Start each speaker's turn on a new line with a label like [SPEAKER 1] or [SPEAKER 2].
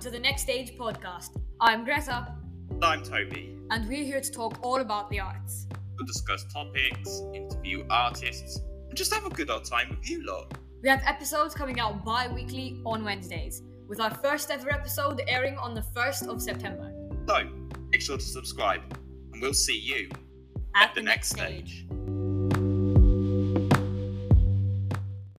[SPEAKER 1] to the Next Stage podcast. I'm Greta,
[SPEAKER 2] I'm Toby.
[SPEAKER 1] and we're here to talk all about the arts.
[SPEAKER 2] We'll discuss topics, interview artists, and just have a good old time with you lot.
[SPEAKER 1] We have episodes coming out bi weekly on Wednesdays, with our first ever episode airing on the 1st of September.
[SPEAKER 2] So, make sure to subscribe, and we'll see you
[SPEAKER 1] At,
[SPEAKER 2] the next stage.